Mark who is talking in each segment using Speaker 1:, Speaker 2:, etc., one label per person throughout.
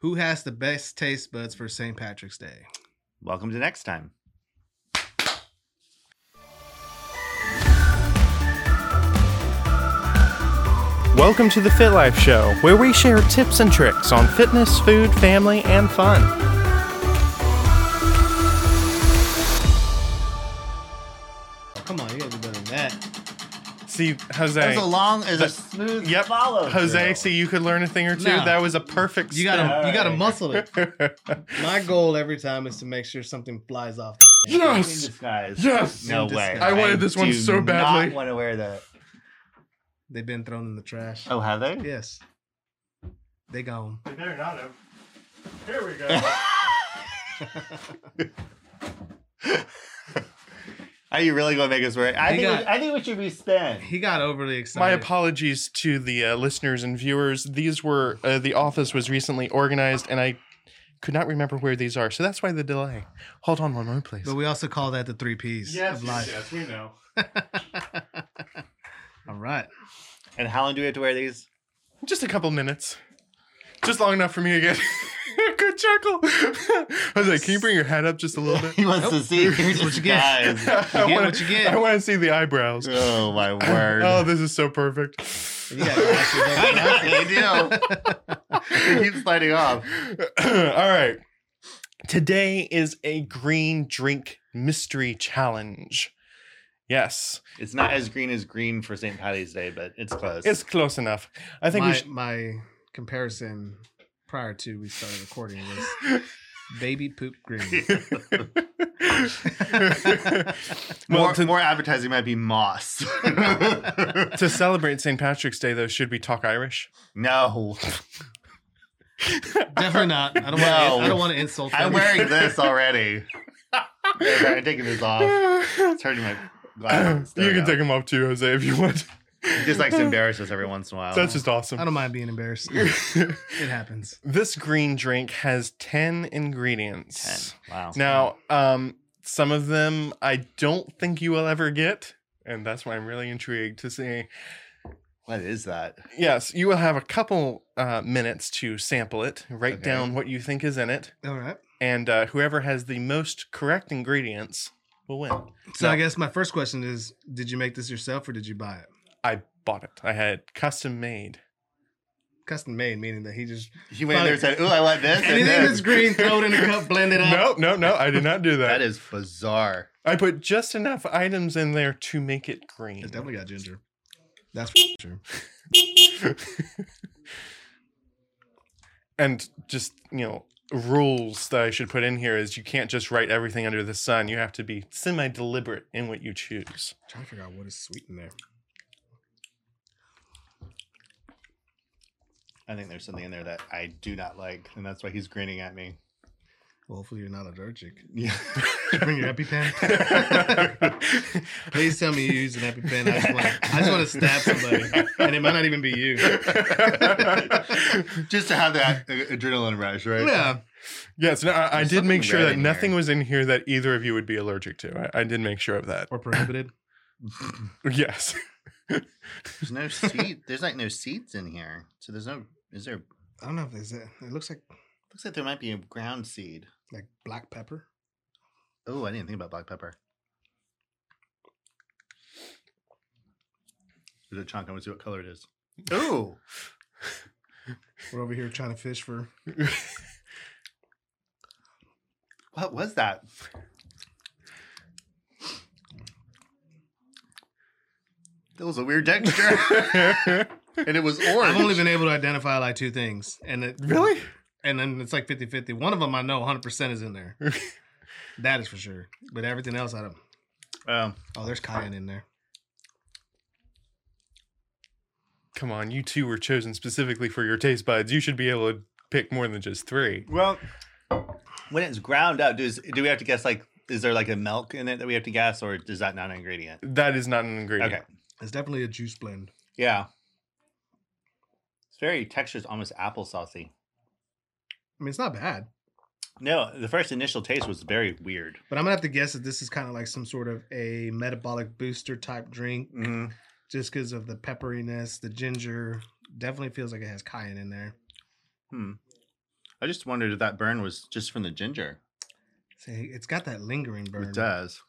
Speaker 1: Who has the best taste buds for St. Patrick's Day?
Speaker 2: Welcome to next time.
Speaker 3: Welcome to the Fit Life Show, where we share tips and tricks on fitness, food, family, and fun.
Speaker 1: Oh, come on, you gotta be better than that.
Speaker 3: See, Jose.
Speaker 2: As a long as a
Speaker 3: That-
Speaker 2: smooth
Speaker 3: yep.
Speaker 2: follow.
Speaker 3: Jose, see, you could learn a thing or two.
Speaker 1: No.
Speaker 3: That was a perfect
Speaker 1: You gotta,
Speaker 2: All
Speaker 1: you gotta
Speaker 2: right.
Speaker 1: muscle it.
Speaker 3: spin.
Speaker 1: My goal every time is to make sure something flies off. The
Speaker 3: Yes! Yes!
Speaker 2: No
Speaker 1: In
Speaker 2: way.
Speaker 1: disguise. I
Speaker 3: wanted this one
Speaker 2: do
Speaker 3: so badly.
Speaker 2: Not want to wear that.
Speaker 1: They've been thrown in the trash.
Speaker 2: Oh, have they?
Speaker 1: Yes, they gone.
Speaker 3: better not have. Here we go.
Speaker 2: Are you really going to make us wear it? I
Speaker 1: You
Speaker 2: think,
Speaker 1: got-
Speaker 2: we, I think we should respend.
Speaker 1: He got overly
Speaker 3: My
Speaker 1: excited.
Speaker 3: apologies to the uh, listeners and viewers. These were uh, the office was recently organized, and I could not remember where these are, so that's why the delay. Hold on one moment, please.
Speaker 1: But we also call that the three P's of life.
Speaker 3: we know.
Speaker 1: All right.
Speaker 2: And how long do we have to wear these?
Speaker 3: Just a couple minutes. Just long enough for me again. Good chuckle. I was like, can you bring your head up just a little bit?
Speaker 2: He wants to see.
Speaker 1: Here's what you get.
Speaker 2: Guys.
Speaker 3: I
Speaker 1: get
Speaker 3: wanna-
Speaker 1: what you get.
Speaker 3: I want to see the eyebrows.
Speaker 2: Oh, my word.
Speaker 3: Oh, this is so perfect.
Speaker 1: You got glasses over
Speaker 2: I
Speaker 1: there.
Speaker 2: know, they do. Keep sliding off.
Speaker 3: All right. Today is a green drink mystery challenge. Yes,
Speaker 2: It's not as green as green for St. Patty's Day, but it's close.
Speaker 3: it's close enough. I think we
Speaker 1: my,
Speaker 3: should.
Speaker 1: my comparison prior to we started recording was baby poop green.
Speaker 3: well,
Speaker 2: more,
Speaker 3: to,
Speaker 2: more advertising might be moss.
Speaker 3: to celebrate St. Patrick's Day, though, should we talk Irish?
Speaker 2: no,
Speaker 1: Definitely not. I don't
Speaker 2: No.
Speaker 1: want. To, I don't want to insult. them.
Speaker 2: I'm wearing this already. Okay, I'm taking this off. It's hurting my glasses.
Speaker 3: you can take them off too, Jose, if you want.
Speaker 2: It just likes to embarrass us every once in a while.
Speaker 3: That's just awesome.
Speaker 1: I don't mind being embarrassed. It happens.
Speaker 3: This green drink has 10 ingredients.
Speaker 2: Wow.
Speaker 3: Now, um, some of them I don't think you will ever get. And that's why I'm really intrigued to see.
Speaker 2: what is that?
Speaker 3: Yes, you will have a couple uh, minutes to sample it, write
Speaker 2: Okay.
Speaker 3: down what you think is in it,
Speaker 1: All right.
Speaker 3: and uh, whoever has the most correct ingredients will win.
Speaker 1: So
Speaker 3: No.
Speaker 1: I guess my first question is: Did you make this yourself or did you buy it?
Speaker 3: I bought it. I had it custom made.
Speaker 1: Custom made, meaning that he just
Speaker 2: He went in there and said, "Ooh, I want this." and
Speaker 1: anything
Speaker 2: this."
Speaker 1: that's green, throw it in a cup, blend it up.
Speaker 3: No, no, no. I did not do that.
Speaker 2: That is bizarre.
Speaker 3: I put just enough items in there to make it green.
Speaker 1: It's definitely got ginger. That's true.
Speaker 3: and just you know rules that I should put in here is you can't just write everything under the sun. You have to be semi deliberate in what you choose.
Speaker 1: trying to figure out what is sweet in there.
Speaker 2: I think there's something in there that I do not like, and that's why he's grinning at me.
Speaker 1: Well, hopefully you're not allergic.
Speaker 2: Yeah.
Speaker 1: Bring your EpiPen. Please tell me you use an EpiPen. I just want to, I just want to stab somebody, and it might not even be you.
Speaker 2: just to have that a- adrenaline rush, right?
Speaker 1: Yeah,
Speaker 3: yes, no, I, I
Speaker 2: There's
Speaker 3: did
Speaker 2: something
Speaker 3: make sure
Speaker 2: red
Speaker 3: that
Speaker 2: in
Speaker 3: nothing
Speaker 2: here.
Speaker 3: was in here that either of you would be allergic to. I, I did make sure of that.
Speaker 1: or prohibited.
Speaker 3: Yes.
Speaker 2: There's no seat. There's like no seats in here, so there's no. Is there?
Speaker 1: I don't know if it's it. It looks like
Speaker 2: Looks like there might be a ground seed.
Speaker 1: like black pepper.
Speaker 2: Oh, I didn't think about black pepper. There's a chunk. I want to see what color it is. Oh,
Speaker 1: We're over here trying to fish for.
Speaker 2: what was that? That was a weird texture, and it was orange.
Speaker 1: I've only been able to identify like two things, and it,
Speaker 3: really?
Speaker 1: and then it's like 50-50. One of them I know 100% is in there. that is for sure. But everything else I don't.
Speaker 2: Um,
Speaker 1: Oh, there's cayenne in there.
Speaker 3: Come on, you two were chosen specifically for your taste buds. You should be able to pick more than just three.
Speaker 2: Well, when it's ground up, does do we have to guess like is there like a milk in it that we have to guess, or is that not an ingredient?
Speaker 3: That is not an ingredient.
Speaker 2: Okay,
Speaker 1: It's definitely a juice blend.
Speaker 2: yeah. It's very texture's almost applesaucy.
Speaker 1: I mean, it's not bad,
Speaker 2: No, the first initial taste was very weird.
Speaker 1: but I'm gonna have to guess that this is kind of like some sort of a metabolic booster type drink. just because of the pepperiness, the ginger. Definitely feels like it has cayenne in there.
Speaker 2: Hmm. I just wondered if that burn was just from the ginger.
Speaker 1: See, it's got that lingering burn.
Speaker 2: It does.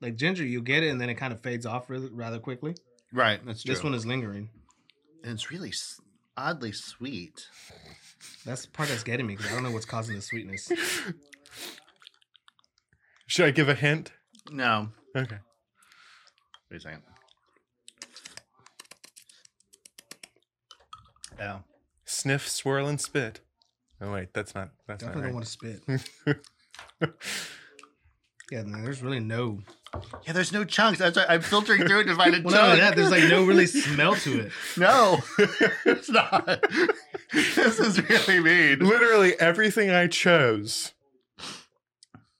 Speaker 1: Like ginger, you get it and then it kind of fades off really, rather quickly.
Speaker 2: Right. That's true.
Speaker 1: This one is lingering.
Speaker 2: and it's really s- oddly sweet.
Speaker 1: That's the part that's getting me because I don't know what's causing the sweetness.
Speaker 3: Should I give a hint?
Speaker 2: No.
Speaker 3: Okay.
Speaker 2: Wait a second. Oh.
Speaker 3: Sniff, swirl, and spit. Oh wait, that's not. That's
Speaker 1: Definitely don't
Speaker 3: not
Speaker 1: want to spit. yeah, no, there's really no.
Speaker 2: Yeah, there's no chunks. That's right. I'm filtering through it to find a
Speaker 1: Well, not only
Speaker 2: chunk.
Speaker 1: that, there's like no really smell to it.
Speaker 2: No, it's not. this is really mean.
Speaker 3: Literally everything I chose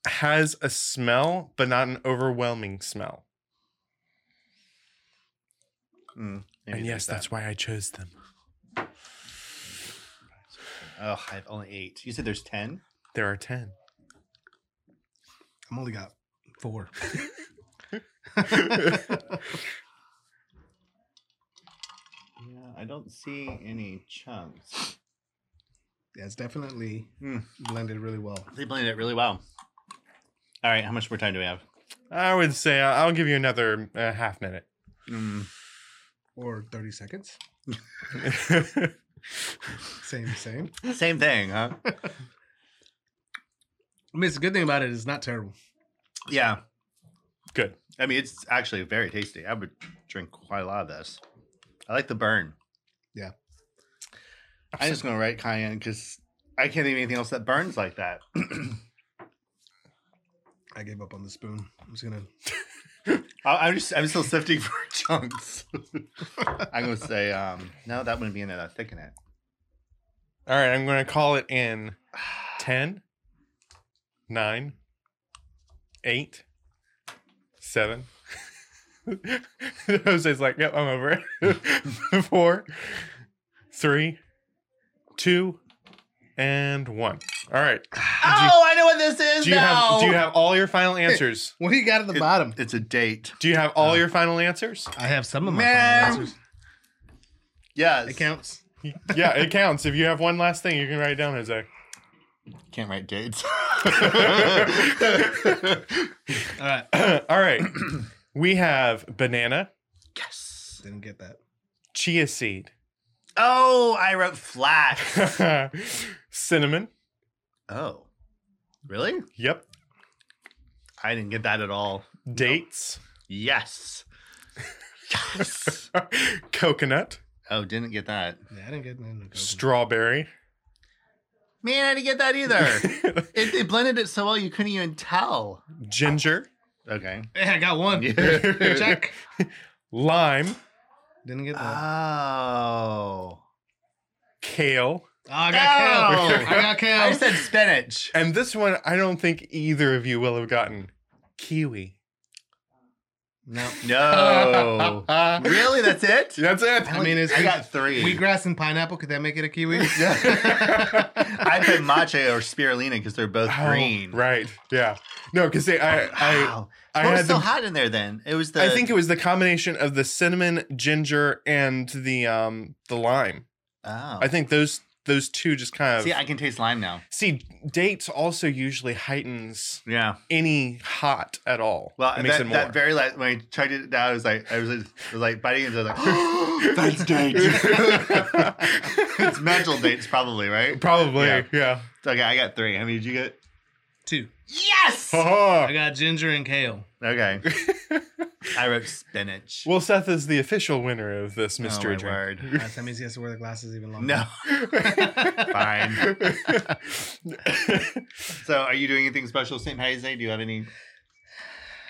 Speaker 3: has a smell, but not an overwhelming smell.
Speaker 2: Hmm,
Speaker 3: and yes, that's why I chose them.
Speaker 2: Oh, I have only eight. You said there's ten.
Speaker 3: There are ten.
Speaker 1: I'm only got four.
Speaker 2: Yeah, I don't see any chunks.
Speaker 1: Yeah, it's definitely
Speaker 2: Hmm.
Speaker 1: blended really well.
Speaker 2: They blended it really well. All right, how much more time do we have?
Speaker 3: I would say I- I'll give you another uh, half minute.
Speaker 1: Or 30 seconds. Same, same.
Speaker 2: Same thing, huh?
Speaker 1: I mean, it's a good thing about it is it's not terrible.
Speaker 2: yeah.
Speaker 3: Good.
Speaker 2: I mean, it's actually very tasty. I would drink quite a lot of this. I like the burn.
Speaker 1: Yeah.
Speaker 2: I'm just gonna write cayenne because I can't think of anything else that burns like that.
Speaker 1: I gave up on the spoon. I'm just gonna.
Speaker 2: I- I'm just I'm still sifting for chunks. I'm gonna say um no, that wouldn't be in there. That thicken it.
Speaker 3: All right, I'm going to call it in 10, 9, 8, 7. Jose's like, yep, I'm over it. 4, 3, 2, and 1. All right.
Speaker 2: oh, I know what this is
Speaker 3: Do you,
Speaker 2: now.
Speaker 3: have, do you have all your final answers?
Speaker 1: What do you got at the bottom?
Speaker 2: It's a date.
Speaker 3: Do you have all your final answers?
Speaker 1: I have some of my
Speaker 2: Man.
Speaker 1: final answers.
Speaker 2: Yes.
Speaker 1: It counts.
Speaker 3: Yeah, it counts. If you have one last thing, you can write it down, Jose.
Speaker 2: Can't write dates.
Speaker 1: All right.
Speaker 3: all right. We have banana,
Speaker 2: yes.
Speaker 1: Didn't get that.
Speaker 3: chia seed,
Speaker 2: Oh, I wrote flax.
Speaker 3: cinnamon.
Speaker 2: oh. Really?
Speaker 3: Yep.
Speaker 2: I didn't get that at all.
Speaker 3: Dates.
Speaker 2: Yes. Yes.
Speaker 3: Coconut.
Speaker 2: oh, didn't get that.
Speaker 1: Yeah, I didn't get that.
Speaker 3: Strawberry.
Speaker 2: Man, I didn't get that either. it, it blended it so well you couldn't even tell.
Speaker 3: Ginger.
Speaker 2: Okay.
Speaker 1: Hey, I got one.
Speaker 2: Yeah.
Speaker 1: Check.
Speaker 3: Lime.
Speaker 1: Didn't
Speaker 3: Uh,
Speaker 1: get
Speaker 2: Uh,
Speaker 1: that.
Speaker 2: Oh.
Speaker 3: Kale.
Speaker 1: oh, I got
Speaker 2: Ow.
Speaker 1: kale. I got kale.
Speaker 2: I said spinach.
Speaker 3: And this one, I don't think either of you will have gotten. Kiwi.
Speaker 1: no.
Speaker 2: No.
Speaker 3: That's
Speaker 2: really? That's it?
Speaker 3: it.
Speaker 1: Uh, I mean, it's
Speaker 2: I got three.
Speaker 1: wheatgrass and pineapple. Could that make it a kiwi?
Speaker 2: I put matcha or spirulina because they're both
Speaker 3: Oh,
Speaker 2: green. Oh,
Speaker 3: right. Yeah. No, because I, I,
Speaker 2: Wow.
Speaker 3: I
Speaker 2: What was
Speaker 3: had
Speaker 2: so
Speaker 3: the
Speaker 2: hot in there then? It was the.
Speaker 3: I think it was the combination of the cinnamon, ginger, and the um the lime.
Speaker 2: Oh.
Speaker 3: I think those those two just kind of
Speaker 2: See, I can taste lime now.
Speaker 3: see dates also usually heightens
Speaker 2: Yeah.
Speaker 3: any hot at all.
Speaker 2: Well,
Speaker 3: it
Speaker 2: and
Speaker 3: makes
Speaker 2: that,
Speaker 3: it
Speaker 2: that
Speaker 3: more.
Speaker 2: very last when I tried it out, I was like, I was, like- I was like biting into it, I was like, that's dates. it's mental dates, probably, right?
Speaker 3: Probably,
Speaker 2: Yeah.
Speaker 3: yeah.
Speaker 2: Okay, I got three. How many did you get?
Speaker 1: Two.
Speaker 2: Yes.
Speaker 3: Ha-ha.
Speaker 1: I got ginger and kale.
Speaker 2: Okay. I wrote spinach.
Speaker 3: Well, Seth is the official winner of this
Speaker 2: Oh, my
Speaker 3: mystery drink.
Speaker 2: word.
Speaker 1: That's that means he has to wear the glasses even longer.
Speaker 2: No. Fine. So, are you doing anything special St. Patty's Day? Do you have any?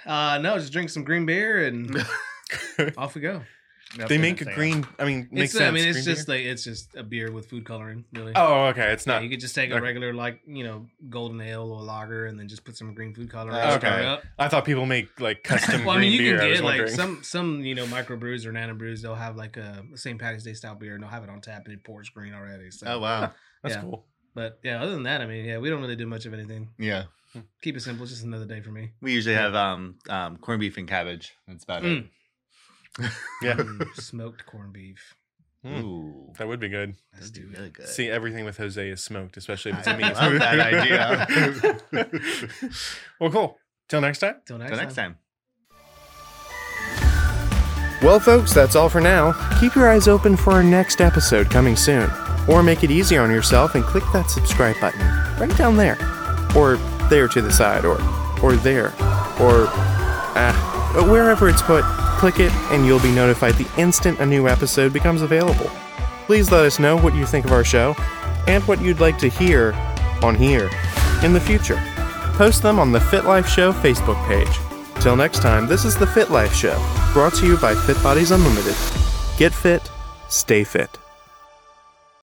Speaker 1: Uh, no, just drink some green beer and off we go.
Speaker 3: they make a green. I mean, makes
Speaker 1: It's,
Speaker 3: sense.
Speaker 1: I mean, it's
Speaker 3: green
Speaker 1: just
Speaker 3: beer.
Speaker 1: like it's just a beer with food coloring, really.
Speaker 3: oh, okay. It's
Speaker 1: Yeah,
Speaker 3: not.
Speaker 1: you could just take a
Speaker 3: okay.
Speaker 1: regular, like you know, golden ale or lager, and then just put some green food coloring.
Speaker 2: Uh,
Speaker 1: and stir
Speaker 3: okay.
Speaker 1: it up.
Speaker 3: I thought people make like custom
Speaker 1: Well, I mean,
Speaker 3: green
Speaker 1: you
Speaker 3: beer. I
Speaker 1: can
Speaker 3: was
Speaker 1: get like
Speaker 3: wondering.
Speaker 1: some some you know microbrews or nano brews. They'll have like a St. Patty's Day style beer, and they'll have it on tap, and it pours green already. So,
Speaker 2: Oh wow.
Speaker 3: That's
Speaker 1: yeah.
Speaker 3: cool.
Speaker 1: but yeah, other than that, I mean, yeah, we don't really do much of anything.
Speaker 2: Yeah.
Speaker 1: Keep it simple. It's just another day for me.
Speaker 2: We usually have um um corned beef and cabbage. That's about it.
Speaker 1: Mm.
Speaker 3: Yeah.
Speaker 1: Mm, smoked corned beef.
Speaker 3: Mm.
Speaker 2: Ooh,
Speaker 3: That would be good.
Speaker 2: that'd be really good.
Speaker 3: See, everything with Jose is smoked, especially if it's
Speaker 2: I
Speaker 3: a me.
Speaker 2: love that idea.
Speaker 3: well, cool. Till next time.
Speaker 1: Till next
Speaker 2: Till
Speaker 1: time.
Speaker 2: next time.
Speaker 3: Well, folks, that's all for now. Keep your eyes open for our next episode coming soon. Or make it easier on yourself and click that subscribe button right down there. Or there to the side, or or there, or ah, but wherever it's put, click it and you'll be notified the instant a new episode becomes available. Please let us know what you think of our show and what you'd like to hear on here in the future. Post them on the Fit Life Show Facebook page. Till next time, this is the Fit Life Show, brought to you by Fit Bodies Unlimited. Get fit, stay fit.